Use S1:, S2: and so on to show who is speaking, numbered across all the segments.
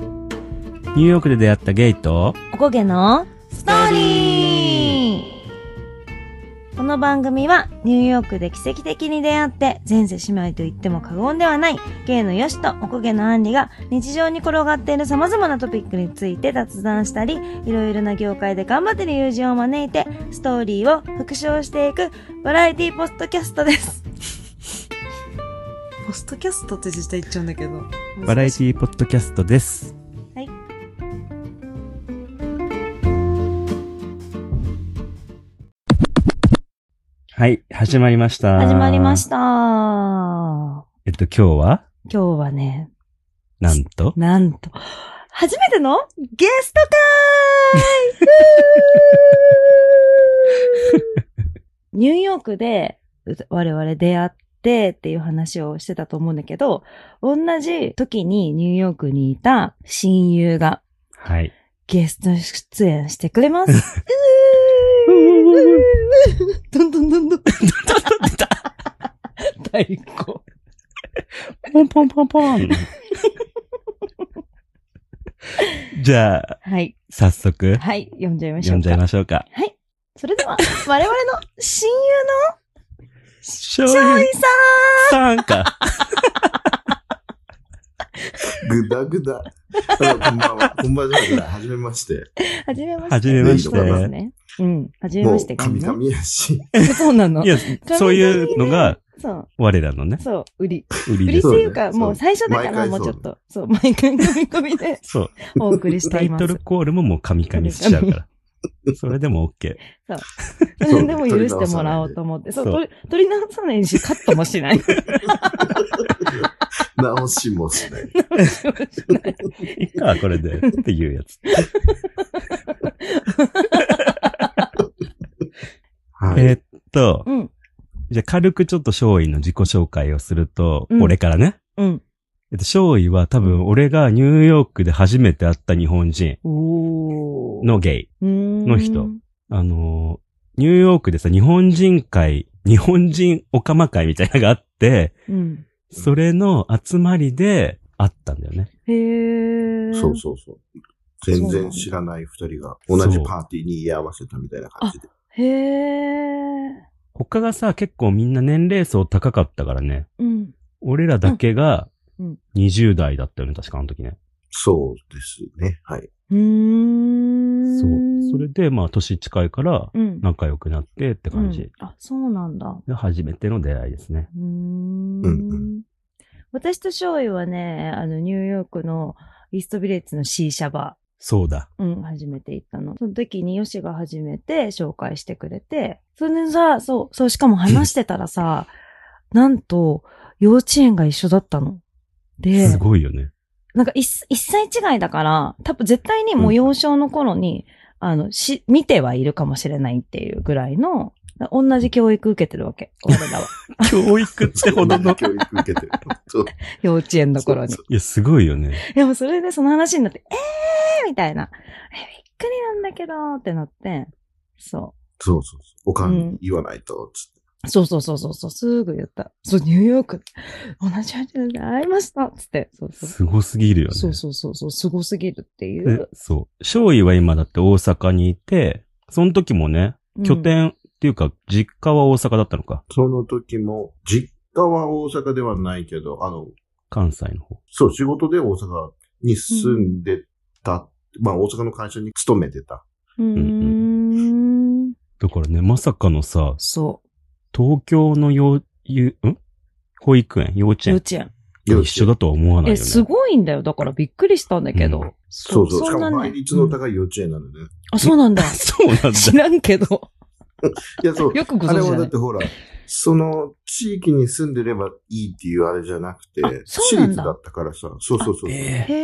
S1: ニューヨークで出会ったゲイと、
S2: おこげのストーリーこの番組はニューヨークで奇跡的に出会って前世姉妹と言っても過言ではない芸のよしとおこげのあんりが日常に転がっている様々なトピックについて雑談したりいろいろな業界で頑張っている友人を招いてストーリーを復唱していくバラエティポッドキャストです。 ポストキャストって絶対言っちゃうんだけど。
S1: バラエティポッドキャストです。
S2: はい。
S1: はい、始まりました。。
S2: 始まりましたた。今
S1: えっと、今日は、
S2: 日はね、
S1: なんと、
S2: なんと、初めてのゲスト 会うーニューヨークでう我々出会ってっていう話をしてたと思うんだけど、同じ時にニューヨークにいた親友が
S1: はい。
S2: ゲスト出演してくれます。うーうーどんどんどんどん。
S1: 太鼓。ポンポンポンポン。じゃあ、
S2: はい。
S1: 早速、
S2: はい。読んじゃいましょ
S1: 読
S2: うん
S1: じゃい
S2: か。
S1: ましょうか。
S2: それでは、我々の親
S1: しょ
S2: 友の
S1: う
S2: ジョ
S1: ゆ
S2: イさん
S1: さんか。
S3: ぐだぐだ。あこんばんは。こんばんは。はじめまして。
S2: はじめまして。
S1: はじめまして
S2: そうですね。うん。はじめ
S3: も
S2: ま
S3: う
S2: して、、
S3: 神々やし。
S2: そうなの
S1: い。や、そういうのが、
S2: そう。
S1: 我らのね、
S2: そう、売り。
S1: 売りで
S2: 売り
S1: す
S2: って。いう
S3: そ
S2: か、
S3: うね
S2: もう最初だか
S3: 毎
S2: ら
S3: 回
S2: もうち
S3: そ
S2: ょ
S3: う
S2: っと、そう、毎回組み込みで
S1: そう。
S2: お送りし
S1: タ
S2: てい
S1: イ
S2: ま
S1: ト
S2: す。
S1: ルコールももう神々しちゃう から。それでも OK。
S2: そ れでも許してもらおうと思って。そう、
S1: そう
S2: 取り取り直さないし、カットもしない。
S3: 直しもしない。
S1: いいか、これで。っていうやつ。
S3: はい。
S1: えーっと、
S2: うん。
S1: じゃあ軽くちょっと松陰の自己紹介をすると、
S2: うん
S1: 俺からね。
S2: うん。
S1: えっと、松陰は多分俺がニューヨークで初めて会った日本人
S2: おー。
S1: のゲイ。
S2: の
S1: の人あのーニューヨークでさ、日本人会、日本人オカマ会みたいなのがあって、
S2: うん。
S1: それの集まりで会ったんだよね。
S2: へー。
S3: そうそうそう。全然知らない二人が同じパーティーに居合わせたみたいな感じで。
S2: へー。
S1: 他がさ、結構みんな年齢層高かったからね。
S2: うん。
S1: 俺らだけが
S2: うんうん、
S1: 20代だったよね、確かあの時ね。
S3: そうですね。はい。
S2: うーん。
S1: そう。それで、まあ、年近いから、
S2: うん。
S1: 仲良くなってって感
S2: う
S1: じ
S2: ん。あ、そうなんだ。
S1: で、初めての出会いですね。
S2: うーん。
S3: うんうん
S2: 私と翔衣はね、あの、ニューヨークのイーストビレッジの C シャバ、
S1: そうだ。
S2: うん、初めて行ったの。その時にヨシが初めて紹介してくれて、それでさ、そう、そう、しかも話してたら さ、なんと、幼稚園が一緒だったの。で、
S1: すごいよね。
S2: なんか一一歳違いだから、多分絶対にもう幼少の頃に、あの、し、見てはいるかもしれないっていうぐらいの、同じ教育受けてるわ け。俺らは。
S1: 教育って ほどの。
S3: 教育受けてる。そう
S2: 幼稚園の頃に。
S1: いや、すごいよね。
S2: でもそれでその話になって、えーみたいな。え、びっくりなんだけどってなって、そ
S3: そうそう。おか
S2: うん
S3: ん言わないと、つって。
S2: う。そうそうそうそうそう、すぐ言った。そう、ニューヨーク、同じホテルで会いましたっつって。そうそう。
S1: すごすぎるよね。
S2: そうそうそうそう、すごすぎるってい
S1: え
S2: う。
S1: そう。翔衣は今だって大阪にいて、その時もね、拠点っていうか、実家は大阪だったのか。
S3: その時も、実家は大阪ではないけど、あの、
S1: 関西の方。
S3: そう、仕事で大阪に住んでた。まあ、大阪の会社に勤めてた。
S2: うん。うーん。
S1: だからね、まさかのさ、
S2: そ
S1: 東京の幼、ゆ、ん保育園幼
S2: う。
S1: 稚園
S2: 幼稚園。
S1: 一緒だとは思わないよ
S2: え、
S1: ね。
S2: すごいんだよ。だからびっくりしたんだけど。
S1: うん。
S3: そうそう。しか
S2: んな
S3: も
S2: ね
S3: 倍率の
S2: うん
S3: 高い幼稚園なのね。
S2: あ、そうなん だ
S1: そうなんだ。
S2: 知らんけど。
S3: いや、そう。
S2: よくご
S3: あれ
S2: 存知
S3: は
S2: だ
S3: だ
S2: ね
S3: ってほら、その地域に住んでればいいっていうあれじゃなくて
S2: あ、そう
S3: 私
S2: なんだ
S3: 立だったからさ、そうそうそう。
S1: ええ
S2: へ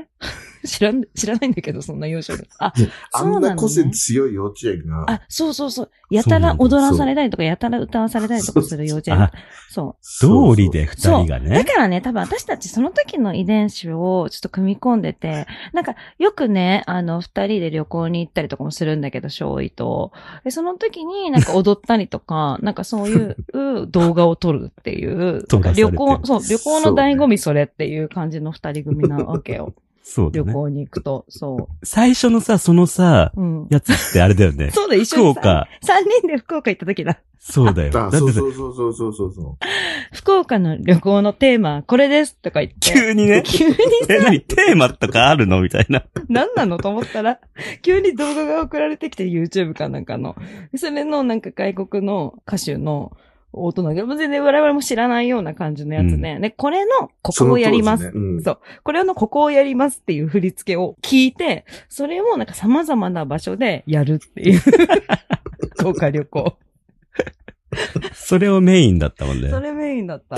S2: え。 知らん、知らないんだけど、そんな幼少の。あ、
S3: あ
S2: そうんなの
S3: な
S2: ね
S3: 個性強い幼稚園が、
S2: あ、そうそうそう。や
S1: そ
S2: たら
S1: うなんだ
S2: 踊らされたりとか、やたら歌わされたりとかする幼稚園
S1: あ。、
S2: そ
S1: 道理で二
S2: う。そ
S1: 人
S2: う。
S1: が
S2: だ
S1: ね。
S2: からね、多分私たちその時の遺伝子をちょっと組み込んでて、なんかよくね、あの、二人で旅行に行ったりとかもするんだけど、少尉と。で、その時になんか踊ったりとか、 なんかそういう動画を撮るっていう、
S1: 撮らされてる
S2: 旅行、そう、旅行の醍醐味それっていう感じの二人組なわけよ。
S1: そうだ
S2: 旅
S1: ね。
S2: 行に行くと。そ
S1: 最初のさ、そのさ、
S2: う。うん。
S1: やつってあれだよね。
S2: そうだ、一緒
S1: 福
S2: にさ、
S1: 岡。
S2: 3人で福岡行った時だ。
S1: そうだよ。だ
S3: あ
S1: っ
S3: そう
S1: てさ
S3: そうそうそうそうそうそう。
S2: 福岡の旅行のテーマ、これですとか言って。。
S1: 急にね
S2: 急に
S1: え、何テーマとかあるのみたい な。
S2: 何なのと思ったら、急に動画が送られてきて YouTube かなんかの。それのなんか外国の歌手の大人が、もう全然我々も知らないような感じのやつね。で、これのこ
S3: そ
S2: こ
S3: の
S2: を
S3: 通り
S2: やります
S3: で。ねうん
S2: そうこれのここをやりますっていう振り付けを聞いて、それをなんか様々な場所でやるっていう。豪華旅行。
S1: それをメインだったもんね。
S2: それメインだった。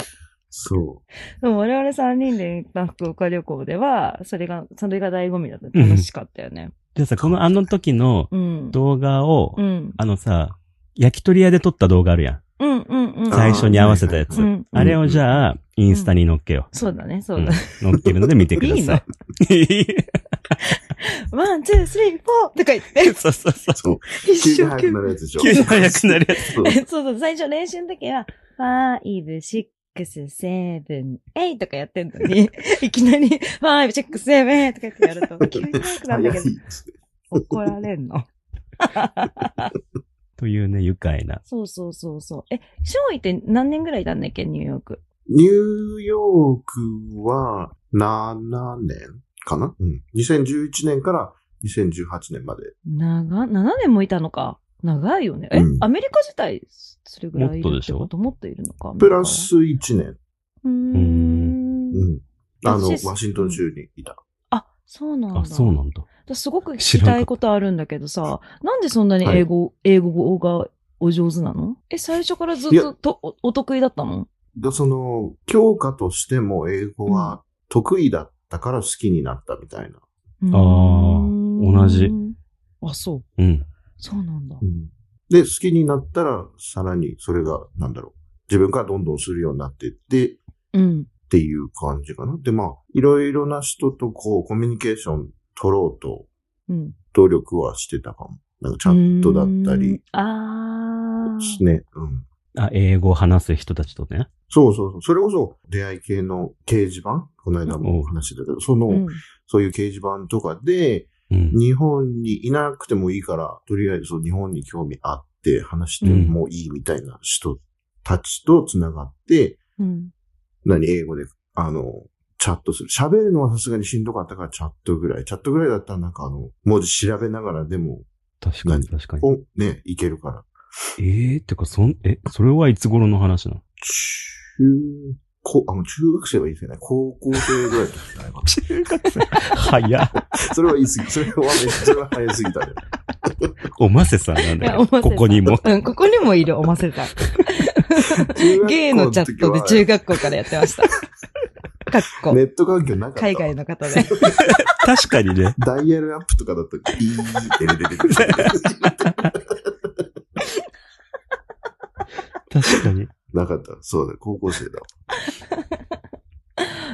S3: そ
S2: でも我々3人で行った福岡旅行では、それが、それが醍醐味だった。楽しかったよね。
S1: でさ、このあの時の
S2: うん。
S1: 動画を、
S2: うん。
S1: あのさ、焼き鳥屋で撮った動画あるやん。
S2: うんうんうん。
S1: 最初に合わせたやつ。
S2: う
S1: あ,、
S2: ん。
S1: れをじゃあ、インスタに載っけよ
S2: そうだね、
S1: う。
S2: そうだね。
S1: うん載っけるので見てください。
S2: ワン、ツー、スリー、フォーとか言って、
S1: そうそうそう
S3: う。。そう。
S2: 一
S3: 急
S2: 生
S3: に早
S2: 懸
S3: くな
S2: 命。
S3: るやつでしょ。
S1: 急に早くなるやつ。
S3: そう。
S2: そうそう、最初練習の時は、ファイブ、シックス、セブン、エイとかやってんのに、いきなり、ファイブ、シックス、セブン、エイとかやってやると、急に早くなるんだ
S3: 早
S2: け
S3: い
S2: ど、。怒られんの。
S1: というね、愉快な。
S2: そうそうそうそう。え、ショーイって何年ぐらいいたんだっけ、ニューヨーク。
S3: ニューヨークは7年かなうん。2011年から2018年まで。
S2: 長、7年もいたのか。長いよね。え、
S3: うん
S2: アメリカ自体、それぐらいい
S1: もっと
S2: る
S1: で
S2: って
S1: しょ
S2: こともっといるのか。
S3: プラス1年。
S2: アメリカは。うーん。
S3: うん。あの、
S2: シス
S3: ワシントン州にいた。
S2: あ、そうなんだ。
S1: あ、そうなんだ。
S2: 私すごく聞
S1: 知
S2: き
S1: らんかった
S2: たいことあるんだけどさ、なんでそんなに英語、英語がお上手なのえ、最初からずっ
S3: いや
S2: ととおお得意だったの
S3: で、その、教科としても英語は得意だったから好きになったみたいな。
S1: あー同じ。
S2: うーんあ、そう。
S1: うん。
S2: そうなんだ。
S3: うん。で、好きになったら、さらにそれが、なんだろう。自分からどんどんするようになっていって、
S2: うん。
S3: っていう感じかな。で、まあ、いろいろな人とこう、コミュニケーション取ろうと、
S2: うん。
S3: 努力はしてたかも。なんかチャットだったり、
S2: うーん。ああ。
S3: ね。うん。
S1: あ、英語を話す人たちとね。
S3: そうそうそう。それこそ、出会い系の掲示板この間もお話してたけど、その、
S2: うん。
S3: そういう掲示板とかで、
S1: うん。
S3: 日本にいなくてもいいから、とりあえずそう日本に興味あって話してもいいみたいな人たちと繋がって、
S2: うん。
S3: 何、英語で、あの、チャットする。喋るのはさすがにしんどかったからチャットぐらい。チャットぐらいだったらなんかあの、文字調べながらでも、
S1: 確かに、確かに。
S3: お、ね、いけるから。
S1: ええー、てか、そん、え、それはいつ頃の話なの
S3: 中、こあの中学生はいいですよね。高校生ぐらいだったんじゃないか
S1: 中学生。早っ。
S3: な。それは言い過ぎ。それはめそれは早すぎたね。
S1: おませさんなん
S2: い
S1: だ
S2: やお
S1: よ。
S2: ませさん
S1: ここにも。
S2: うん、ここにもいる、おませた。ゲイのチャットで中
S3: 学
S2: 学校からやってま した。かっ
S3: 校
S2: こ
S3: の時は。ネット環境なかった。
S2: 海外の方で。
S1: 確かにね。
S3: ダイヤルアップとかだと、いいって出てくる。
S1: 確かに。
S3: なかった。そうだ、高校生だ。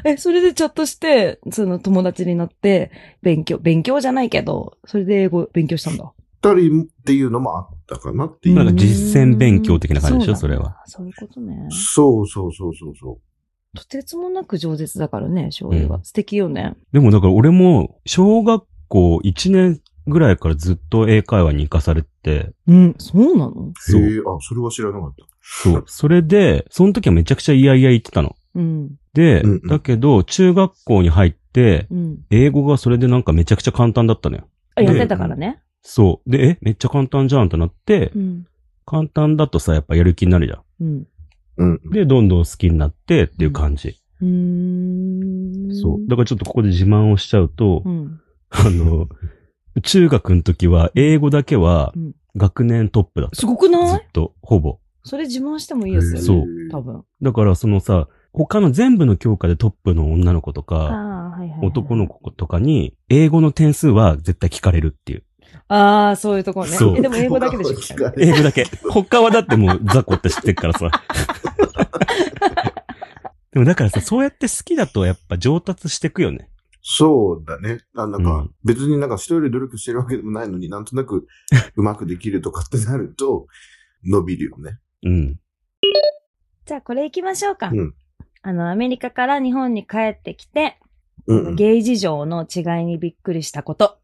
S2: え、それでチャットして、その友達になって、勉強、勉強じゃないけど、それで英語勉強したんだ。
S3: 二人っていうのもあったかなっていう。
S1: なんか実践勉強的な感じでしょ
S2: うん
S1: それは。
S2: そうだねそういうことね。
S3: そうそうそうそうそう。
S2: とてつもなく饒舌だからね、醤油は。
S1: うん
S2: 素敵よね。
S1: でもだから俺も、小学校1年ぐらいからずっと英会話に行かされて、
S2: うん、そうなの
S1: そう
S3: へえ、あ、それは知らなかった。
S1: そう。それで、その時はめちゃくちゃいやいや言ってたの。
S2: うん、
S1: で、
S3: うんうん
S1: だけど、中学校に入って、
S2: うん。
S1: 英語がそれでなんかめちゃくちゃ簡単だったのよ。
S2: あ、やってたからね。
S1: そう。で、え、めっちゃ簡単じゃんってなって、
S2: うん、
S1: 簡単だとさ、やっぱやる気になるじゃん。
S2: うん。
S3: うん。
S1: で、どんどん好きになってっていう感じ。
S2: うーん。
S1: そう。だからちょっとここで自慢をしちゃうと、
S2: うん。
S1: あの、中学の時は、英語だけは
S2: うん、
S1: 学年トップだった。
S2: すごくな
S1: ず
S2: い
S1: っと、ほぼ。
S2: それ自慢してもいいですよね。
S1: そう
S2: 多分。
S1: だから、そのさ、他の全部の教科でトップの女の子と
S2: あ
S1: か、
S2: あ、はいはいはい。
S1: 男の子とかに、英語の点数は絶対聞かれるっていう。
S2: ああ、そういうとこね。
S1: そう
S2: えでも英語だけでしょ。
S3: 聞かれ
S1: 英語だけ。他はだってもう雑魚って知ってるから さ。でもだからさ、そうやって好きだとやっぱ上達してくよね。
S3: そうだね。あなん
S1: う
S3: か
S1: ん、
S3: 別になんか一人で努力してるわけでもないのに、なんとなくうまくできるとかってなると、 伸びるよね。
S1: うん。
S2: じゃあこれ行きましょうか。
S3: うん
S2: あの、アメリカから日本に帰ってきて、
S3: うんうん。
S2: ゲイ事情の違いにびっくりしたこと。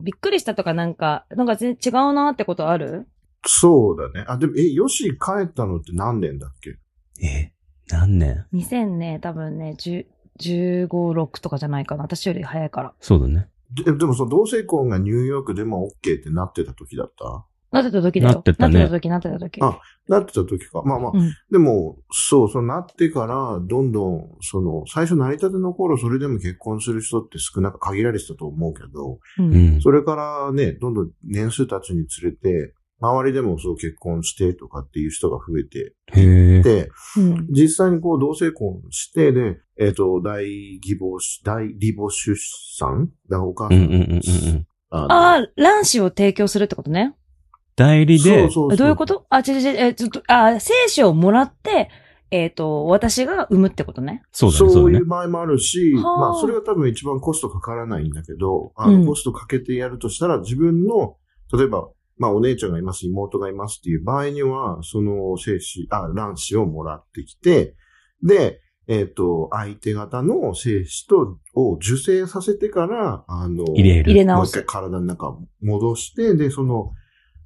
S2: びっくりしたとかなんか、なんか全然違うなってことある
S3: そうだね。あ、でも、え、ヨシ帰ったのって何年だっけ
S1: え、何年
S2: ?2000 ね、多分ね、10 15、6とかじゃないかな。私より早いから。
S1: そうだね。
S3: ででも、その同性婚がニューヨークでも OK ってなってた時だった
S2: なってた時だよ。
S1: なってたね
S2: なってた時、なってた時。
S3: あなってた時か。まあまあ、
S2: うん
S3: でも、そう、そうなってから、どんどん、その、最初成り立ての頃、それでも結婚する人って少なく限られてたと思うけど、
S2: う。
S1: うんん。
S3: それからね、どんどん年数経つにつれて、周りでもそう結婚してとかっていう人が増えて
S1: へえ。
S3: で、
S2: うん。
S3: 実際にこう同性婚して、で、えっ、と、大義母子、大義母出産だからお母
S1: う
S3: さ
S1: ん
S3: ん。
S1: うんうんうんうん。
S3: あの
S2: ああ、卵子を提供するってことね。
S1: 代理で、
S3: そ
S2: えどういうことあ、違う違う、え、ちょっと、あ、精子をもらって、えっ、と、私が産むってことね。
S1: そうだ
S3: そ
S1: ね、
S3: う
S1: そうだね
S3: いう。場合もあるし、
S2: はあ
S3: まあ、それが多分一番コストかからないんだけど、あの
S2: うん
S3: コストかけてやるとしたら、自分の、例えば、まあ、お姉ちゃんがいます、妹がいますっていう場合には、その精子、あ、卵子をもらってきて、で、えっ、と、相手方の精子と、を受精させてから、あの、
S1: 入れ
S2: 入れ
S1: る。
S3: もう
S2: 直
S3: 一回
S2: す。
S3: 体の中戻して、で、その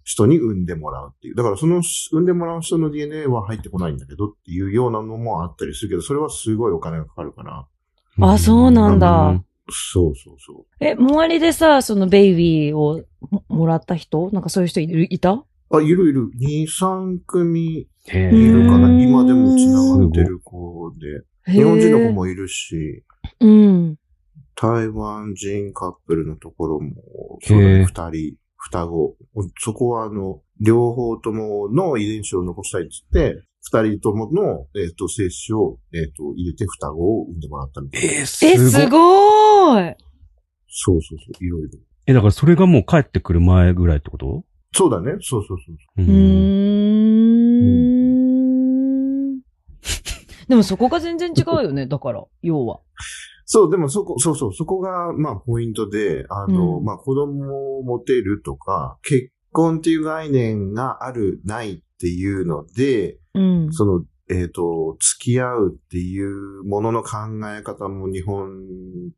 S3: 人に産んでもらうっていう。だからその産んでもらう人の DNA は入ってこないんだけどっていうようなのもあったりするけど、それはすごいお金がかかるから。
S2: あそうなんだ
S1: うん
S3: そうそうそ
S2: え、周りでさ、そのベイビーをももらった人なんかそういう人いるいた
S3: う。あ、いるいる。2、3組
S1: へ
S3: いるか
S1: え。
S3: な。
S2: へー
S3: 今でも繋がってる子で。
S2: 日
S3: 日本人の子。もいるし、
S2: うん。
S3: 台湾人カップルのところも、そうだ
S1: へ
S3: ね
S1: ー
S3: 二人、双子。そこは、あの、両方ともの遺伝子を残したいっつって、二人ともの、えっ、と、精子を、えっ、と、入れて双子を産んでもらったみたいな。
S1: えー、
S2: え、
S1: すご
S2: す
S1: い。
S2: ごーい。
S3: そうそうそう、いろいろ。
S1: え、だからそれがもう帰ってくる前ぐらいってこと
S3: そうだね。そうそうそ
S1: う
S2: う
S3: う。
S2: ーん。でもそこが全然違うよね、だから、要は。
S3: そう、でもそこ、そうそう、そこが、まあ、ポイントで、あの、
S2: うん
S3: まあ、子供を持てるとか、結婚っていう概念がある、ないっていうので、
S2: うん。
S3: その、えっ、と、付き合うっていうものの考え方も日本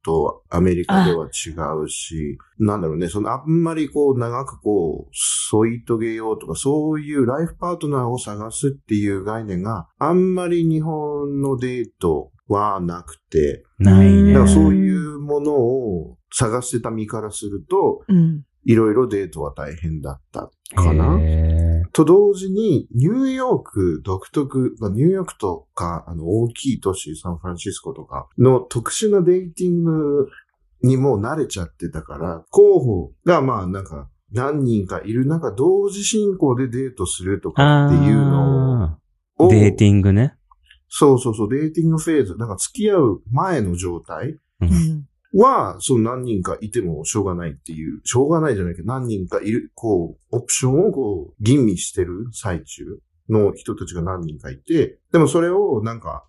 S3: とアメリカでは違うし、なんだろうね、そのあんまりこう長くこう添い遂げようとか、そういうライフパートナーを探すっていう概念があんまり日本のデートはなくて、
S1: ない
S2: うん
S1: ね。
S3: だからそういうものを探してた身からすると、
S2: うん。
S3: いろいろデートは大変だったかな。
S1: へ
S3: と同時に、ニューヨーク独特、まあニューヨークとか、あの、大きい都市、サンフランシスコとかの特殊なデイティングにもう慣れちゃってたから、候補がまあなんか、何人かいる中、同時進行でデートすると
S1: ー
S3: かっていうの
S1: あ
S3: を、
S1: ーデーティングね。
S3: そうそうそう、デーティングフェーズ、なんか付き合う前の状態
S2: うん
S3: は、その何人かいてもしょうがないっていう、しょうがないじゃないけど、何人かいる、こう、オプションをこう、吟味してる最中の人たちが何人かいて、でもそれをなんか、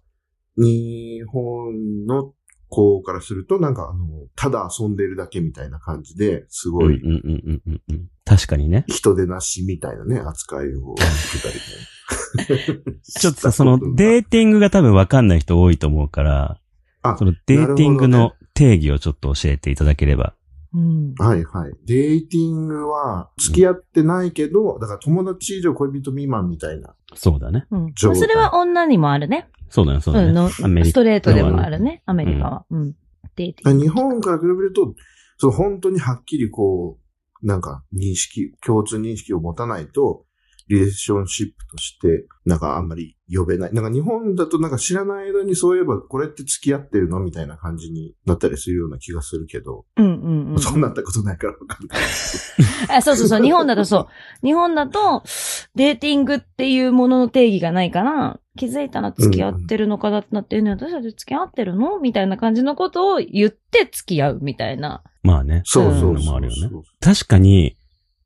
S3: 日本の子からすると、なんかあの、ただ遊んでるだけみたいな感じで、す
S1: うん
S3: ご
S1: うん
S3: い
S1: うんうんうんうん。確かにね。
S3: 人手なしみたいなね、扱いを受けたりね
S1: ちょっとさ、そのデ
S3: ー
S1: ーティングが多分わかんない人多いと思うから、
S3: あ
S1: そのデーティング
S3: なる
S1: の定義をちょっと教えていただければ。
S2: うん。
S3: はいはい。デイティングは、付き合ってないけど、だから友達以上恋人未満みたいな
S1: そうだね。
S2: うん。
S3: 状
S2: そ
S3: 態
S2: れは女にもあるね。
S1: そうだね、そうだ
S2: うん
S1: ね。
S2: の、
S1: アメリ
S2: ス
S1: カ
S2: トレートでもあるね、アメリカは。うん。デーティング
S3: 日本から比べると、その本当にはっきりこう、なんか認識、共通認識を持たないと、リレーションシップとして、なんかあんまり呼べない。なんか日本だとなんか知らない間にそういえばこれって付き合ってるのみたいな感じになったりするような気がするけど、
S2: うんうんうん。
S3: そうなったことないからわかんない。
S2: あ、そうそうそう。日本だとそう。日本だと、デーティングっていうものの定義がないから、気づいたら付き合ってるのかだってなって、ね、私たち付き合ってるのみたいな感じのことを言って付き合うみたいな。
S1: まあね。
S3: そうそう
S1: うんのも
S3: そ
S1: あ
S3: う
S1: るよ
S3: そう。
S1: 確かに、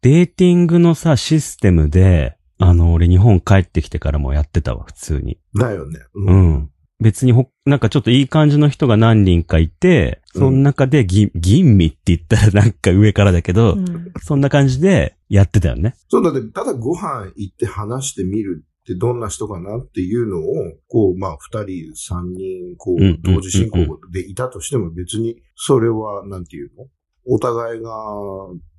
S1: デーティングのさ、システムで、あの、俺日本帰ってきてからもやってたわ、普通に。
S3: だよね。う。
S1: うんん。別にほ、なんかちょっといい感じの人が何人かいて、その中でぎ、吟味って言ったらなんか上からだけど、
S2: うん
S1: そんな感じでやってたよね。
S3: そうだって、ただご飯行って話してみるってどんな人かなっていうのを、こう、まあ、二人、三人、こ
S1: うんうん
S3: う、同時進行でいたとしても別に、それは、なんていうのお互いが、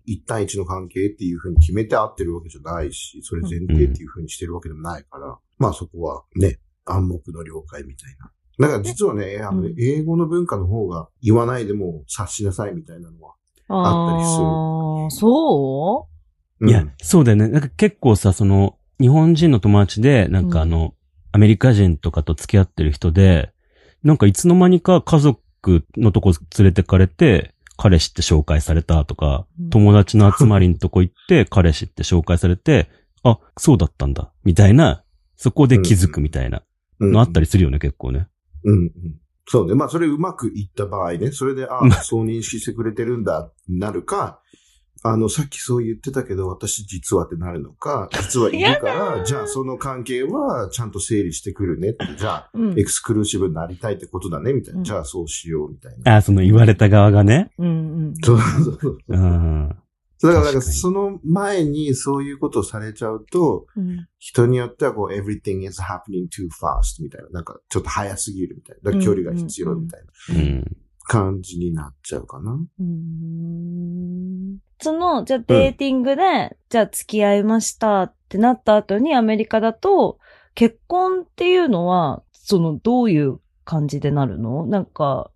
S3: 一対一の関係っていうふうに決めて合ってるわけじゃないし、それ前提っていうふうにしてるわけでもないから、まあそこはね、暗黙の了解みたいな。だから実はね、あの
S2: うん
S3: 英語の文化の方が言わないでも察しなさいみたいなのは。あったりする
S2: ああ、そ
S3: うん
S1: いや、そうだよね。なんか結構さ、その、日本人の友達で、なんかあの、アメリカ人とかと付き合ってる人で、なんかいつの間にか家族のとこ連れてかれて、彼氏って紹介されたとか、
S2: うん
S1: 友達の集まりのとこ行って、彼氏って紹介されて、あ、そうだったんだ、みたいな、そこで気づくみたいな
S3: うん
S1: のあったりするよね、結構ね。
S3: うんうん。そうね。まあ、それうまくいった場合ね、それで、ああ、そう認識してくれてるんだ、なるか、あの、さっきそう言ってたけど、私実はってなるのか、実はいるから、じゃあその関係はちゃんと整理してくるねって、じゃあ、
S2: う。うん
S3: エクスクルーシブになりたいってことだね、みたいな。
S2: うん
S3: じゃあそうしよう、みたいな。
S1: あ、その言われた側がね。
S2: うんうん。
S3: そうそうそう。
S1: うん。
S3: だから、なん
S1: 確
S3: か
S1: かに
S3: その前にそういうことをされちゃうと、
S2: うん
S3: 人によってはこう、everything is happening too fast みたいな。なんか、ちょっと早すぎるみたいな。だから距離が必要みたいな
S1: うん。
S3: 感じになっちゃうかな。
S2: うーんその、じゃあデーティングで、じゃあ付き合いましたってなった後にアメリカだと、結婚っていうのは、その、どういう感じでなるのなんか、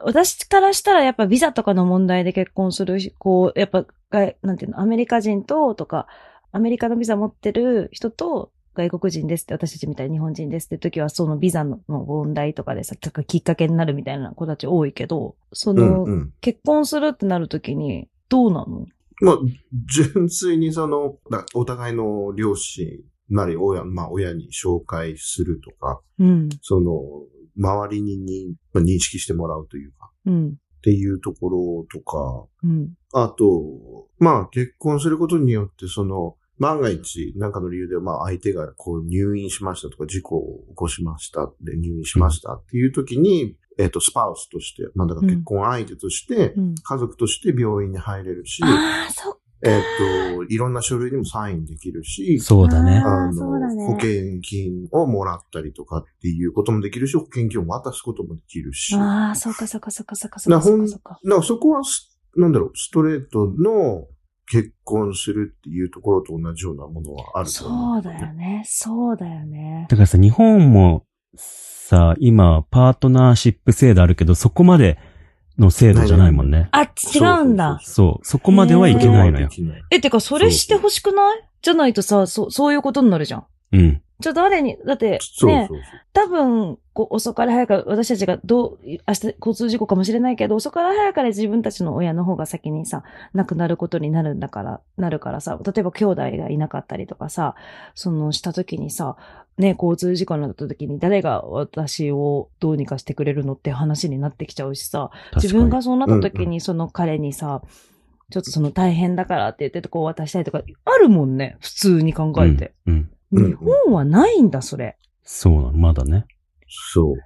S2: 私からしたらやっぱビザとかの問題で結婚するし、こう、やっぱ、外なんていうの、アメリカ人と、とか、アメリカのビザ持ってる人と、外国人ですって、私たちみたいに日本人ですって時は、そのビザの問題とかでさ、きっかけになるみたいな子たち多いけど、その、
S3: うんうん。
S2: 結婚するってなるときに、どうなの
S3: まあ、純粋にその、だお互いの両親なり親、まあ親に紹介するとか、
S2: うん。
S3: その、周りにに、まあ、認識してもらうというか、
S2: うん。
S3: っていうところとか、
S2: うん。
S3: あと、まあ結婚することによって、その、万が一、なんかの理由で、まあ相手がこう入院しましたとか、事故を起こしましたで入院しましたっていう時に、えっと、スパウスとして、まあだから結婚相手として、
S2: うん。
S3: 家族として病院に入れるし、
S2: ああ、そっ
S3: えっ、と、いろんな書類にもサインできるし、
S1: そうだね
S2: あ。ー
S3: あ
S2: そうだ
S3: の、
S2: ね
S3: 保険金をもらったりとかっていうこともできるし、保険金を渡すこともできるし、な
S2: ああ、そっかそっかそっかそっかそっかそっかそっか。
S3: んかそこはす、なんだろう、ストレートの結婚するっていうところと同じようなものはあると思
S2: そうだよね。そうだよね。
S1: だからさ、日本もさ、今、パートナーシップ制度あるけど、そこまでの制度じゃないもんね。
S2: あ、違うんだ。
S1: そう、そこまではいけないのよ
S3: で。きない
S2: え、てか、それしてほしくないじゃないとさ、そ、そういうことになるじゃん。
S1: うん。
S2: じゃあ誰に、だって、
S3: そうそう
S2: ね
S3: そ、う。
S2: 多分、こう、遅かれ早かれ、私たちがどう、明日交通事故かもしれないけど、遅かれ早かれ自分たちの親の方が先にさ、亡くなることになるんだから、なるからさ、例えば兄弟がいなかったりとかさ、その、した時にさ、ね、交通事故になった時に誰が私をどうにかしてくれるのって話になってきちゃうしさ、自分がそうなった時
S3: うん
S2: にその彼にさ、ちょっとその大変だからって言ってこう渡したりとか、あるもんね、普通に考えて。。
S1: うん。うん
S3: うんうん
S2: 日本はないんだ、それ。
S1: そうなの、まだね。
S3: そう。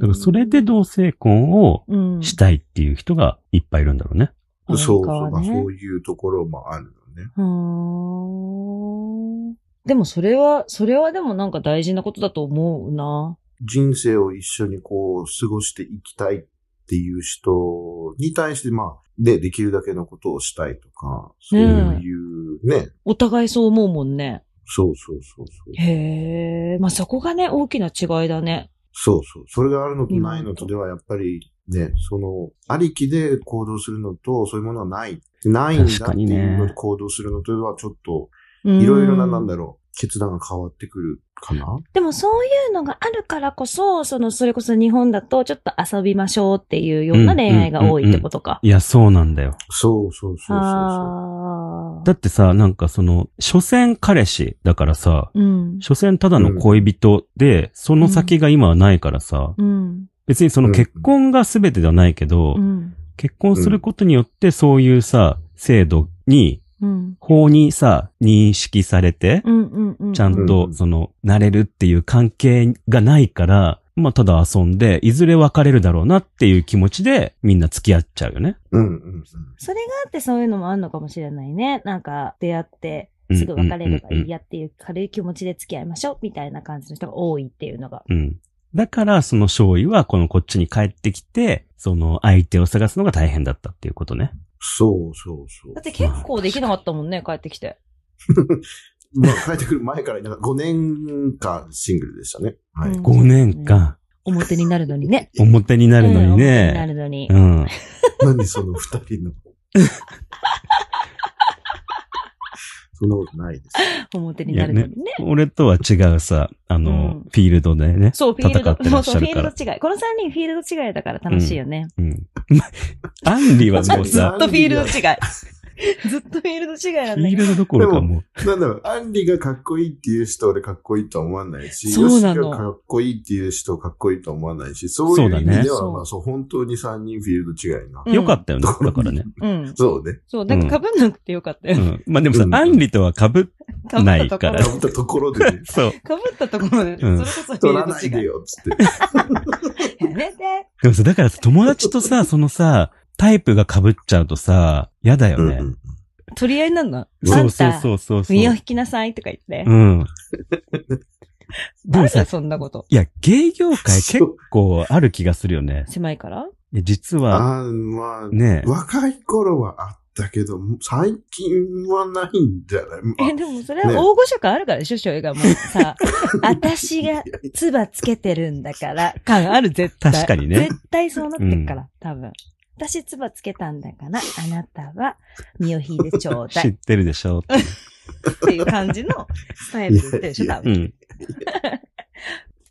S1: だから、それで同性婚を
S2: うん
S1: したいっていう人がいっぱいいるんだろうね。
S3: そうそう
S2: アメリカ
S3: ま
S2: は
S3: あ
S2: ね
S3: そういうところもあるよね。
S2: うーんでもそれは、それはでもなんか大事なことだと思うな。
S3: 人生を一緒にこう過ごしていきたいっていう人に対して、まあ、で、できるだけのことをしたいとか、そう
S2: ね
S3: いうね、
S2: お互いそう思うもんね。
S3: そうそうそうそう。
S2: へえ、まあ、そこがね、大きな違いだね。
S3: そうそう。それがあるのとないのとではやっぱりね、その、ありきで行動するのと、そういうものはない。ないんだ
S1: 確
S3: っ
S1: か
S3: て
S1: に
S3: いう
S1: ね
S3: のと行動するのとではちょっと、
S2: い
S3: いろいろな、なんだろう、決断が変わってくるかな
S2: でもそういうのがあるからこそ、その、それこそ日本だとちょっと遊びましょうっていうような恋愛が多いってことか。
S1: いや、そうなんだよ。
S3: そうそうそうそうそう。
S2: あ
S1: だってさ、なんかその、所詮彼氏だからさ、
S2: あ。うん。
S1: 所詮ただの恋人で、その先が今はないからさ、
S2: うん。
S1: 別にその結婚が全てではないけど、
S2: うん。
S1: 結婚することによってそういうさ、制度に、
S2: うん。
S1: 法にさ、認識されて
S2: う、ん。うん。うん。
S1: ちゃん
S3: う
S1: と
S3: ん
S1: その、なれるっていう関係がないから、まあただ遊んで、いずれ別れるだろうなっていう気持ちでみんな付き合っちゃうよね。
S3: うんうんうん。
S2: それがあってそういうのもあるのかもしれないね。なんか、出会って、すぐ別れればいいやっていう軽い気持ちで付き合いましょうみたいな感じの人が多いっていうのが。
S1: うん。だから、その勝利は、このこっちに帰ってきて、その相手を探すのが大変だったっていうことね。
S3: そうそうそう
S2: だっ。て結構できなかったもんね、帰ってきて。
S3: まあ、 帰ってくる前からいなかった、5年間シングルでしたね。はい。
S2: うん
S1: 5年間、
S2: 表になるのにね。
S1: 表に なるのに
S2: うん表に
S1: ね。
S2: なるのに
S1: う。ん。
S3: 何その二人 の。そんなことないです。
S2: 表になるのにね。
S1: 俺とは違うさ、あの、
S2: うん
S1: フィールドでね。
S2: そう、フィール
S1: 戦って
S2: ド、
S1: ら
S2: そう
S1: っし
S2: そう、
S1: ゃ
S2: フィ
S1: る
S2: ー
S1: か
S2: ル
S1: ら。
S2: ド違い。この3人フィールド違いだから楽しいよね。
S1: うん。 アンリはもう
S2: ず
S1: さ
S2: っ、とフィール ド違い。ずっとフィールド違いな
S1: フ
S2: んだ
S1: ィ
S2: け
S1: ー
S2: ど。
S1: ルドどころかもう。
S3: なんだろう、アンリがかっこいいっていう人俺かっこいいとは思わないし、
S2: そうなの
S3: ヨシがかっこいいっていう人かっこいいとは思わないし、そうい
S1: そ
S3: う意
S1: うだ
S3: 味
S1: ね
S3: では、
S2: そう
S3: まあそう、本当に三人フィールド違いな。
S2: うん
S1: よかったよね。だからね。
S2: うん。
S3: そうね。
S2: そう、なんか被んなくてよかった
S1: う
S2: よ。
S1: ん。まあでもさ
S3: う、ん
S1: アンリとは被っ、
S2: 被ったとこ
S1: ないから
S2: ろ。
S3: かぶったとこ ろでね、
S1: そう。
S2: 被ったところで、それ
S1: うん
S2: こそフィ
S3: 取
S2: ー
S3: ら
S2: ル
S3: ない
S2: ド
S3: で
S2: 違い。
S3: よ、つって。
S2: やめて。
S1: でもさ、だからさ、友達と さ、そのさ、タイプが被っちゃうとさ、嫌だよね。
S2: 取り合いになんのあ
S1: そ
S2: ん
S1: うそう
S2: た、
S1: そうそうそう。
S2: 身を引きなさいとか言って
S1: う。ん。で
S2: な
S1: も
S2: んだ
S1: さ、
S2: そんなこと。
S1: いや、芸業界結構ある気がするよね。
S2: 狭いから
S1: いや実は、
S3: ああ、まあ、
S1: ね、
S3: 若い頃はあったけど、最近はないんじゃない、まあ
S2: え、でもそれは大御所感あるからでしょ、翔平 がもうさ、私が唾つけてるんだから、感ある、絶対。
S1: 確かにね
S2: 絶対そうなってるから、多分。私唾つけたんだから、あなたは身を引いてちょう だ
S1: 知
S2: い
S1: っ
S2: って
S1: るでしょ。
S2: ていう感じのスタイルで言ってるでしょ、
S3: いや
S2: 多
S1: う
S2: 分。
S1: ん。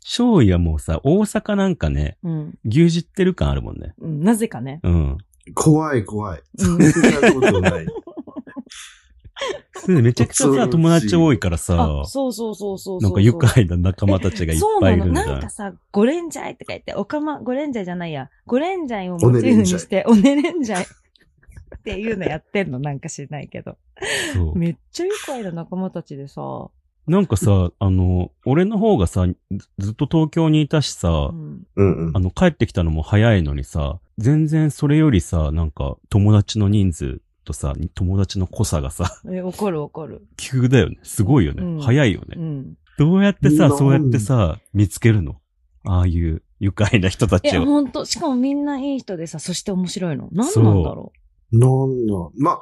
S1: 勝利はもうさ、大阪なんかね、
S2: うん。
S1: 牛耳ってる感あるもんね。
S2: うんなぜかね。
S1: うん。
S3: 怖い怖い。
S2: う
S3: そん
S2: ん
S3: なことない。
S1: それでめちゃくちゃ
S3: 恐ろ
S1: さ、
S3: しい
S1: 友達多いからさ
S2: あ、、そうそうそうそうそ
S1: な
S2: う。
S1: んか愉快な仲間たちがいっ
S2: そう
S1: ぱい
S2: ない
S1: る
S2: の。
S1: ん
S2: なん
S1: だ
S2: か。さ、ゴレンジャイとか言って、オカマ、ゴレンジャイじゃないや。ゴレンジャイを
S3: オ
S2: モ
S3: ネ
S2: チー
S3: レ
S2: フ
S3: ン
S2: に
S3: ジャイ
S2: して、オネレンジャイっていうのやってんのなんか知らないけど。
S1: そう。
S2: めっちゃ愉快な仲間たちでさ。
S1: なんかさ、あの、俺の方がさ、ずずっと東京にいたしさ
S2: う、ん
S3: うんうん
S1: あ。の、帰ってきたのも早いのにさ、全然それよりさ、なんか、友達の人数とさ、友達の濃さがさ、
S2: え、怒る怒る。
S1: 急だよね。すごいよね。
S2: うん
S1: 早いよね。
S2: うん。
S1: どうやって
S3: う
S1: さ、
S3: ん
S1: そうやってさ、見つけるのああいう愉快な人た
S2: い
S1: ち
S2: や、
S1: を。
S2: ほんと、しかもみんないい人でさ、そして面白いの。何なんだろ
S3: なんなんまあ、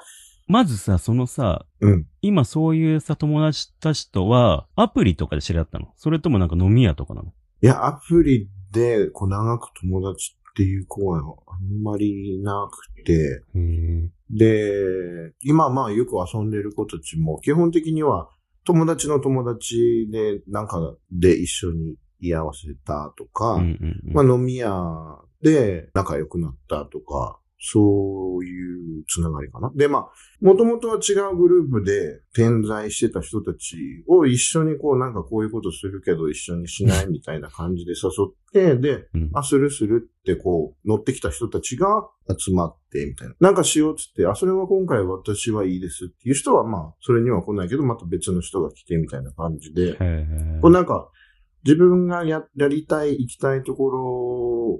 S1: まずさ、そのさ、
S3: うん
S1: 今そういうさ、友達たちとは、アプリとかで知り合ったのそれともなんか飲み屋とかなの
S3: いや、アプリで、こう、長く友達っていう子はあんまりいなくて、
S1: へえ。
S3: で、今まあよく遊んでる子たちも、基本的には友達の友達で、なんかで一緒に居合わせたとか、
S1: うんうんうん。
S3: まあ飲み屋で仲良くなったとか、そういうつながりかな。で、まあ、もともとは違うグループで点在してた人たちを一緒にこうなんかこういうことするけど一緒にしないみたいな感じで誘って、で、
S1: うん
S3: あ、するするってこう乗ってきた人たちが集まってみたいな。なんかしようっつって、あ、それは今回私はいいですっていう人はまあ、それには来ないけどまた別の人が来てみたいな感じで。
S1: へえ
S3: こうなんか、自分がややりたい、行きたいところ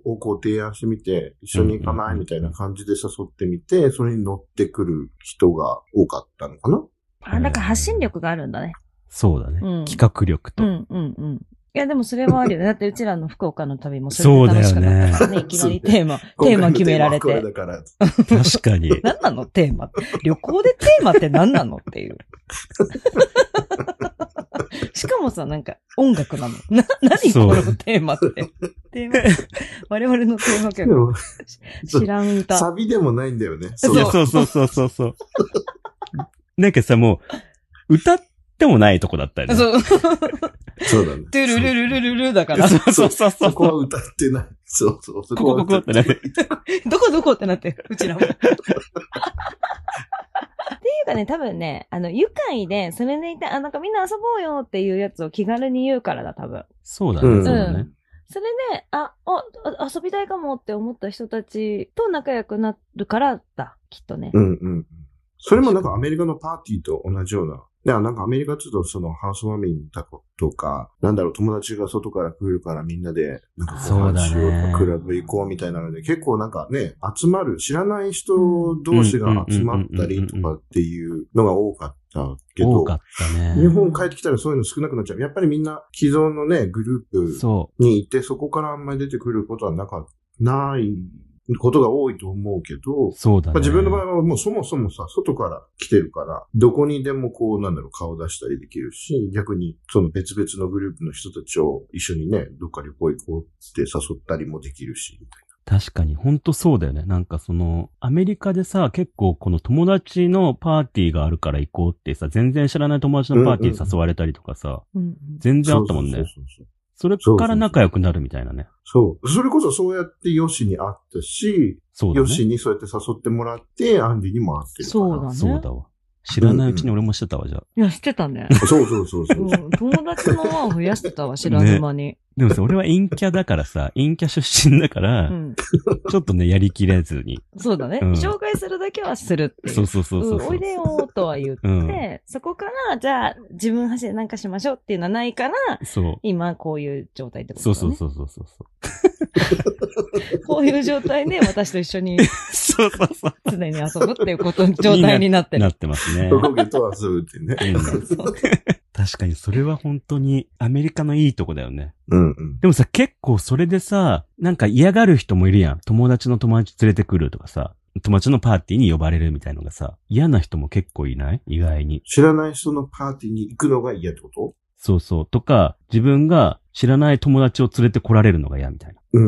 S3: をこう提案してみて、一緒に行か
S1: うんうん
S3: な
S1: う
S3: い
S1: ん
S3: みたいな感じで誘ってみて、それに乗ってくる人が多かったのかな
S2: う。あ、なんか発信力があるんだね。
S1: そうだね。
S2: うん
S1: 企画力
S2: う
S1: と。
S2: んうんうん。いや、でもそれはあるよね。だってうちらの福岡の旅もそれで楽しかったから
S1: そう
S3: だ
S2: ね。
S3: よね
S2: いきなりテーマ、テーマ決められ
S3: 今回の
S2: て。
S3: テーマはこれだから。
S1: 確か に。
S2: 何なのテーマ。旅行でテーマって何なのっていう。 しかもさ、なんか音楽なの。な、何
S1: そう
S2: このテーマって。テーマ。我々のテーマ
S3: で
S2: 曲。
S3: も、そう
S2: 知らん歌。
S3: サビでもないんだよね。
S1: いやそうそうそうそうそう。なんかさ、もう、歌ってもないとこだったよね。
S2: そう。
S3: そうだね。
S2: トゥルルルルルルだから。
S1: そうそうそうそう
S3: そこは歌ってない。そうそう。そ
S1: ここ、
S3: は
S1: ここ
S3: 歌
S1: っ
S3: ってて
S1: ね。
S2: どこどこってなってる、うちらも。っていうかね、多分ね、あの、愉快で、それでいて、あ、なんかみんな遊ぼうよっていうやつを気軽に言うからだ、多分。
S1: そうだね、
S3: うん
S1: そうだね。
S2: それで、あ、お、あ遊びたいかもって思った人たちと仲良くなるからだ、きっとね。
S3: うんうん。それもなんかアメリカのパーティーと同じようなだからなんかアメリカっていうと、そのハウスワーミングだとか、なんだろう、友達が外から来るからみんなで、なんかご飯しよう
S1: そうだ
S3: と
S1: ね
S3: か、クラブ行こうみたいなので、結構なんかね、集まる、知らない人同士が集まったりとかっていうのが多かったけ
S1: 多
S3: ど、
S1: かったね。
S3: 日本帰ってきたらそういうの少なくなっちゃう。やっぱりみんな既存のね、グループ
S1: そ
S3: にいて、そこからあんまり出てくることはなかっないことが多いと思うけど
S1: う、、そうだね。
S3: まあ、自分の場合はもうそもそもさ、外から来てるから、どこにでもこう、なんだろう、顔出したりできるし、逆にその別々のグループの人たちを一緒にね、どっか旅行行こうって誘ったりもできるし、みたい
S1: 確かに、本当そうだよね。なんかその、アメリカでさ、結構この友達のパーティーがあるから行こうってさ、全然知らない友達のパーティーに誘われたりとかさ、
S2: うん
S1: 全
S3: な。
S1: 然あったもんね。
S3: そうそうそう
S1: それから仲良くなるみたいなね。
S3: そう。それこそそうやってヨシに会ったし、
S1: そうだ
S3: ヨ
S1: ね。
S3: シにそうやって誘ってもらって、アンディにも会ってるから。
S2: そうだね
S1: そうだわ。知らないうちに俺もしてたわ、じゃあ。
S2: いや、して たね。
S3: そうそうそうそうう。
S2: ん友達の輪を増やしてたわ、知らぬ間に。
S1: でもさ、俺は陰キャだからさ、陰キャ出身だから、
S2: うん。
S1: ちょっとね、やりきれずに。
S2: そうだね。
S1: うん
S2: 紹介するだけはするっていう。
S1: そうそうそうそう
S2: うん
S1: そ
S2: お
S1: う
S2: い。でよーとは言って、
S1: うん
S2: そこから、じゃあ、自分走りなんかしましょうっていうのはないから、
S1: そう。
S2: 今、こういう状態ってことだ
S1: そ
S2: ね。
S1: うそうそうそうそう。
S2: こういう状態で、私と一緒に
S1: そうそうそう。
S2: 常に遊ぶってい うこと、状態になって
S1: な
S2: る。
S1: ってますね。
S3: トカゲと遊ぶってね。
S1: うん
S2: そう
S1: 確かにそれは本当にアメリカのいいとこだよね。
S3: うんうん。
S1: でもさ、結構それでさ、なんか嫌がる人もいるやん。友達の友達連れてくるとかさ、友達のパーティーに呼ばれるみたいのがさ、嫌な人も結構いない意外に。
S3: 知らない人のパーティーに行くのが嫌ってこと
S1: そうそう。とか、自分が知らない友達を連れてこられるのが嫌みたい
S3: う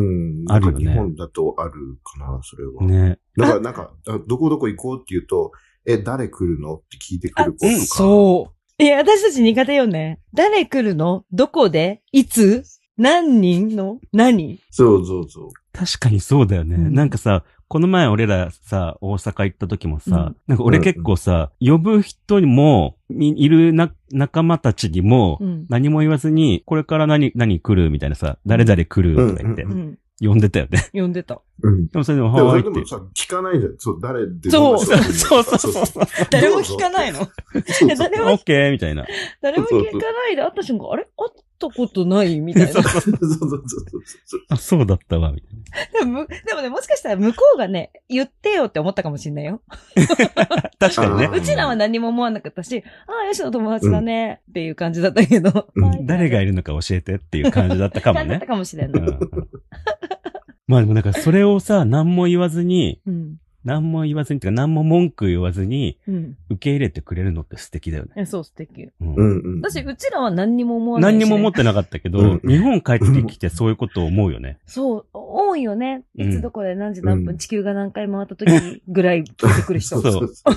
S3: ん。
S1: あるよね
S3: なんか日本だとあるかな、それは。
S1: な。ね。
S3: だからなんか、あどこどこ行こうって言うと、え、誰来るのって聞いてくる子とか。
S2: そう。いや、私たち苦手よね。誰来るのどこでいつ何人の何
S3: そうそうそう。
S1: 確かにそうだよね。
S2: うん
S1: なんかさ、この前俺らさ、大阪行った時もさ、
S2: うん
S1: なんか俺結構さ、呼ぶ人にも、いいるな仲間たちにも、
S2: うん。
S1: 何も言わずに、これから何、何来るみたいなさ、誰々来るとか言って
S3: う
S2: う、ん。
S1: 呼んでたよね。
S2: 呼んでた。
S3: うん。
S1: でもそれでも、
S3: でも
S1: は
S3: そ
S1: ーい
S3: れ
S1: っ
S3: でも
S1: て。
S3: さ、聞かないじゃん。そう、誰って。
S2: そう
S3: どんな人
S1: そうそうそう
S3: そう。
S2: 誰も聞かないの。いや誰も
S1: オッケーみたいな。
S2: 誰も聞かないで、あった瞬間、あれ会ったことないみたいな。
S3: そうそうそうそうそう。
S1: あ、そうだったわ、みたい
S2: でもむでもね、もしかしたら向こうがね、言ってよって思ったかもしれないよ。
S1: な。確かにね
S3: あ。
S2: うちらは何も思わなかったし、ああ、よしの友達だねっていう感じだったけど。
S3: うん
S2: はい
S1: 誰がいるのか教えてっていう感じだったかも
S2: 感じだっ
S1: ね
S2: た。かもしれ
S1: う
S2: なんい。
S1: うんまあでもなんかそれをさ、何も言わずに、
S2: うん。
S1: 何も言わずに、てか何も文句言わずに、
S2: うん。
S1: 受け入れてくれるのって素敵だよね。
S2: えそう、素敵。
S1: うん
S3: うんうん。
S2: 私、うちらは何にも思わない
S1: 何
S2: しね、
S1: にも思ってなかったけ
S3: う
S1: ど
S3: ん、
S1: 日本帰ってきてそういうことを思うよね。
S2: そう、多いよね。
S1: うん
S2: いつどこで何時何分、
S3: うん
S2: 地球が何回回った時ぐらい出てくる人。
S1: そう
S3: そ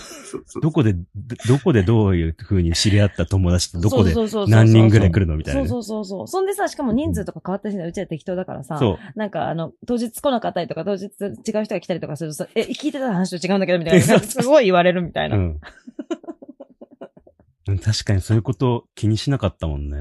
S3: う
S1: どこで、どどこでどういう風に知り合った友達と どこで
S2: そうそうそうそう
S1: 何人ぐらい来るのみたいな
S2: そう
S1: ね。
S2: そうそうそう。そんでさ、しかも人数とか変わったりしないうちは適当だからさ、
S1: そう。
S2: なんかあの、当日来なかったりとか、当日違う人が来たりとかするとさ、え、聞いてた話と違うんだけどみたい な。
S1: そう
S2: すごい言われるみたいな。
S1: うん。 うん確かにそういうこと気にしなかったもんね。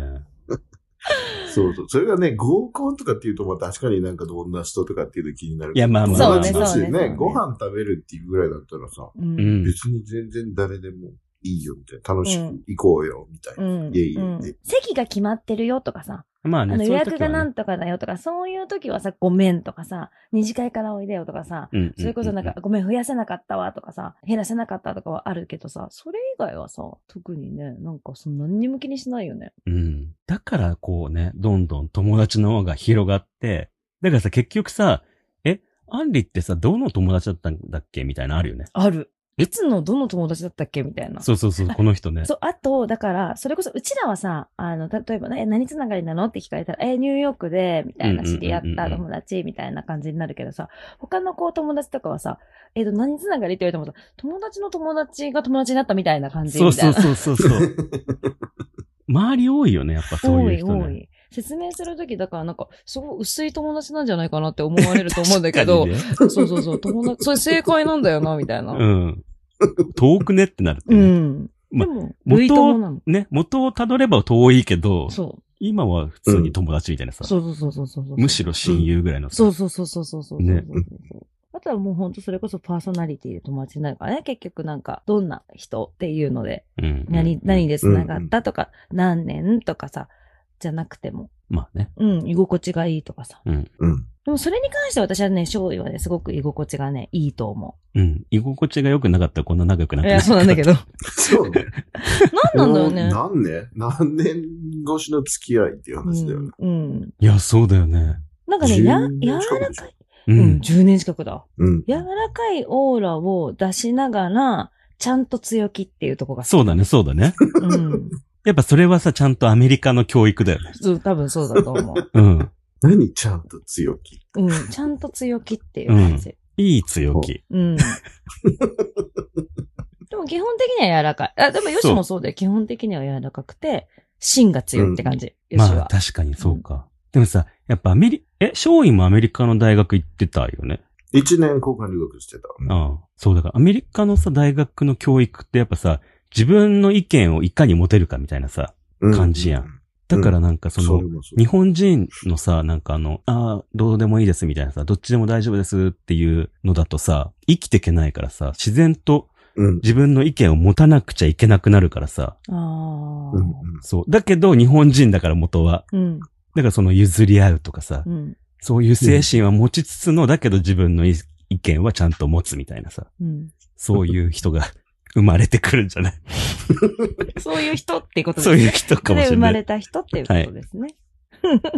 S3: そうそう。それがね、合コンとかっていうと、まあ確かになんかどんな人とかっていうと気になる。
S1: いやまあまあ
S2: そうね
S3: 友達だし
S2: そうねそうね
S3: ご飯食べるっていうぐらいだったらさ、
S2: うん
S1: う。ん。
S3: 別に全然誰でもいいよみたいな。楽し
S2: う
S3: く
S2: ん
S3: 行こうよみたいな。
S2: うん
S3: いえいえいえ
S2: うん席が決まってるよとかさ、
S1: まあ
S2: あ
S1: ね、
S2: の
S1: そ
S2: 予
S1: ういう時
S2: 約
S1: は
S2: がな
S1: ね
S2: んとかだよとか、そういう時はさ、ごめんとかさ、二次会からおいでよとかさ、
S1: うんうん
S2: それこそなんか、、ごめん、増やせなかったわとかさ、減らせなかったとかはあるけどさ、それ以外はさ、特にね、なんかその何にも気にしないよね。
S1: うん。だからこうね、どんどん友達の輪が広がって、だからさ、結局さ、え、アンリってさ、どの友達だったんだっけみたいなのあるよね。
S2: ある。
S1: え
S2: いつのどの友達だったっけみたいな。
S1: そうそうそう、この人ね。
S2: そう、あと、だから、それこそ、うちらはさ、あの、例えば、ね、え何つながりなのって聞かれたら、え、ニューヨークで、みたいな、
S1: うんうんうんうん
S2: 知り合った友達、みたいな感じになるけどさ、他の子、友達とかはさ、えっ、と、何つながりって言われてもさ、友達の友達が友達になったみたいな感じみたい
S1: そ
S2: な。
S1: うそうそうそうそう。周り多いよね、やっぱそう
S2: 多
S1: いう
S2: い、
S1: 人
S2: 多
S1: ね。
S2: い。説明するとき、だからなんか、すごい薄い友達なんじゃないかなって思われると思うんだけど、
S1: 確かにね
S2: そうそうそう、友達、 それ正解なんだよな、みたいな。
S1: うん。遠くねってなると
S2: う
S1: ね。
S2: ん。
S1: ま
S2: でも、
S1: 元を
S2: 類友なの。
S1: ね、元をたどれば遠いけど、
S2: そ
S1: 今は普通に友達みたいな
S2: う。
S1: さ、
S2: そうそうそうそうそうそう。
S1: むしろ親友ぐらいのさ
S2: そうそうそうそうそうそうそうそうそう。
S1: ね
S2: あとだろう、もうほんとそれこそパーソナリティで友達になるからね、結局なんか、どんな人っていうので、
S1: うん。
S2: 何、
S1: うん
S2: 何で繋がったとか、何年とかさ、じゃなくても、
S1: まあね。
S2: うん、居心地がいいとかさ。
S1: うん。
S3: うん。
S2: でもそれに関しては私はね、勝利はね、すごく居心地がね、いいと思
S1: うん。居心地が良くなかったらこんな仲良くな
S2: う。
S1: く
S2: い
S1: な
S2: や、
S1: い
S2: そうなんだけど。
S3: そうね。
S2: なんなんだよね。
S3: もう何年何年越しの付き合いっていう話だよね。
S2: うん。うん
S1: いや、そうだよね。
S2: なんかね、や、
S3: 10
S2: 柔
S3: 年近
S2: ら
S3: くでしょ
S2: かい。
S1: う
S2: うん、
S1: ん。
S2: 10年近くだ。
S3: うん。
S2: 柔らかいオーラを出しながら、ちゃんと強気っていうところが
S1: そうだね、そうだね。
S2: う。うん。
S1: やっぱそれはさ、ちゃんとアメリカの教育だよね。
S2: そう、多分そうだと 思う。
S1: うん。
S3: 何ちゃんと強気。
S2: うん。ちゃんと強気っていう感じ。
S1: いい強気。
S2: うん。でも基本的には柔らかい。あ、でもヨシもそうだよ。基本的には柔らかくて、芯が強いって感じ。ヨシ
S1: まあ、
S2: は。
S1: 確かにそうか。でもさ、やっぱアメリ、え、松陰もアメリカの大学行ってたよね。
S3: 一年交換留学してた。
S1: ああ。そうだから、アメリカのさ、大学の教育ってやっぱさ、自分の意見をいかに持てるかみたいなさ。
S3: うん
S1: 感じやん。だからなんかその、
S3: れもそう
S1: 日本人のさ、なんかあの、ああ、どうでもいいですみたいなさ、どっちでも大丈夫ですっていうのだとさ、生きていけないからさ、自然と
S3: うん。
S1: 自分の意見を持たなくちゃいけなくなるからさ、
S2: ああ
S3: うん。
S1: そう。だけど日本人だから元は。
S2: うん。
S1: だからその譲り合うとかさ、
S2: うん。
S1: そういう精神は持ちつつの、だけど自分の意意見はちゃんと持つみたいなさ、
S2: うん。
S1: そういう人が 生まれてくるんじゃ ない
S2: そういう人っていうことです
S1: そう
S2: ね。
S1: いう人かも
S2: で
S1: し
S2: 生
S1: れ
S2: ま
S1: な
S2: れ
S1: い。
S2: た人っていうことですね。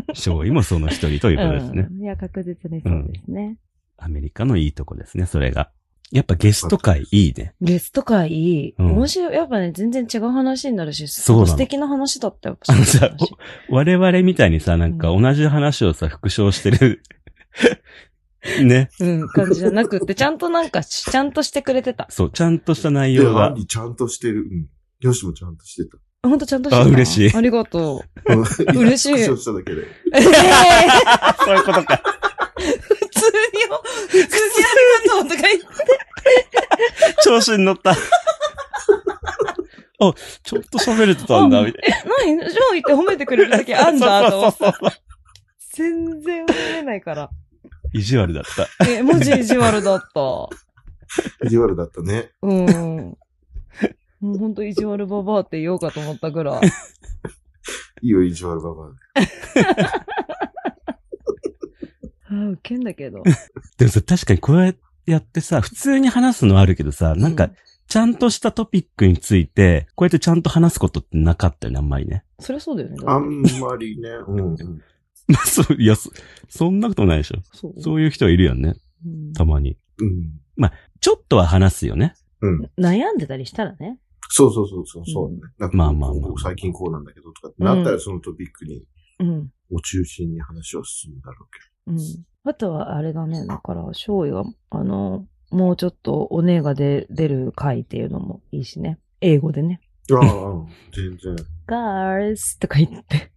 S1: 勝利もその一人ということですね。
S2: うん。いや、確実にそうですね。
S1: アメリカのいいとこですね、それが。やっぱゲスト会いいね。
S2: ゲスト会いい。
S1: うん
S2: 面白い。やっぱね、全然違う話になるし、
S1: そうなの
S2: 素敵な話だったよ。
S1: あのさ
S2: 面白い話
S1: 我々みたいにさ、なんか同じ話をさ、復唱してる。 ね。
S2: うん、感じじゃなく って、ちゃんとなんかし、ちゃんとしてくれてた。
S1: そう、ちゃんとした内
S3: いや、
S1: 容
S3: ア
S1: が。
S3: ンリちゃんとしてる。うん。よしもちゃんとしてた。
S2: ほんとちゃんとしてた。
S1: あ嬉しい
S2: ありがとう。
S3: うん
S2: 嬉しい
S3: 復唱しただけで。
S2: ええ
S1: そういうことか。
S2: 普通によ、普通にありがとうとか言って。
S1: 調子に乗った。あ、 ちょっと喋れてたんだ、みたい
S2: 何上位って褒めてくれるだけあんだ
S1: な。
S2: と
S1: そう
S2: 思って
S1: そうそうそう。
S2: 全然褒めれないから。
S1: 意地悪だった。
S2: え、文字意地悪だった。
S3: 意地悪だったね。
S2: うん。もうほんと意地悪ババアって言おうかと思ったぐらい。
S3: いいよ、意地悪ババアで。
S2: あウケんだけど。
S1: でもさ、確かにこうやってさ、普通に話すのはあるけどさ、なん
S2: う
S1: か、ちゃんとしたトピックについて、こうやってちゃんと話すことってなかったよね、あんまりね。
S2: そりゃそうだよね。だ
S3: あ
S2: って
S3: んまりね。うん。うん
S1: まあそう、いや、そ、そんなことないでしょ。
S2: そう。
S1: そういう人いるよね、
S2: うん
S1: たまに。
S3: うん。
S1: ちょっとは話すよね。
S3: うん。
S2: 悩んでたりしたらね。
S3: そうそうそうそう。そうねなんか
S1: まあまあまあ
S3: こう最近こうなんだけどとかってなったらそのトピックに、
S2: うん。
S3: を中心に話を進むだろうけ
S2: うん。あとは、あれだね。だから、勝利は、あの、もうちょっとお姉が出出る回っていうのもいいしね。英語でね。
S3: ど。ああ、うん全然。
S2: girls とか言って。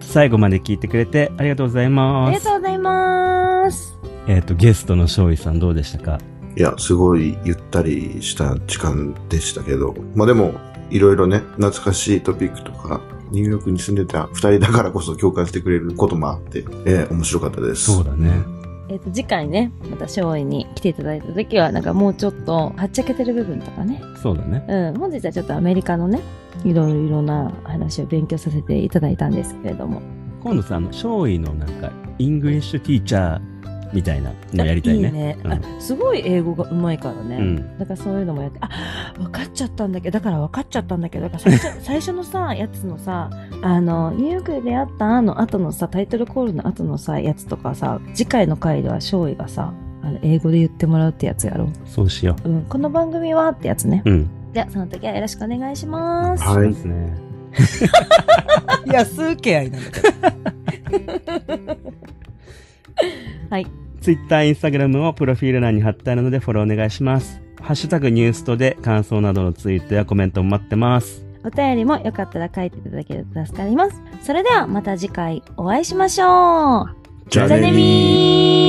S1: 最後まで聞いてくれてありがとうござい
S2: あ
S1: ま
S2: りが
S1: す
S2: と。うございます。
S1: えっ、と、ゲストの勝利さんどうでしたか
S3: いや、すごいゆったりした時間でしたけど、まあでも、いろいろね、懐かしいトピックとか、ニューヨークに住んでた二人だからこそ共感してくれることもあって、えー面白かったです。
S1: そうだね。
S2: えっ、と、次回ね、また勝利に来ていただいた時は、なんかもうちょっと、はっちゃけてる部分とかね。
S1: そうだね。
S2: うん。本日はちょっとアメリカのね、いろいろな話を勉強させていただいたんですけれども。
S1: 今度さ、あの、勝利のなんか、イングリッシュティーチャーみたいなのやりたいね。
S2: いいね、
S1: うん
S2: あすごい英語がうまいからね、
S1: うん
S2: だからそういうのもやってあ分かっちゃったんだけどだから分かっちゃったんだけどだから最初 最初のさやつのさあのニューヨークで出会ったの後のさタイトルコールの後のさやつとかさ次回の回では勝利がさあの英語で言ってもらうってやつやろ
S1: そうしよ
S2: う、うん、この番組はってやつね
S1: う。うん。
S2: じゃあその時はよろしくお願いします
S3: はい
S1: そうですね。
S2: いや数気合いなんだけどはい
S1: ツイッター、インスタグラムをプロフィール欄に貼ってあるのでフォローお願いします。ハッシュタグニュースとで感想などのツイートやコメントも待ってます。
S2: お便りもよかったら書いていただけると助かります。それではまた次回お会いしましょう。
S1: じゃあ
S2: じゃあねみー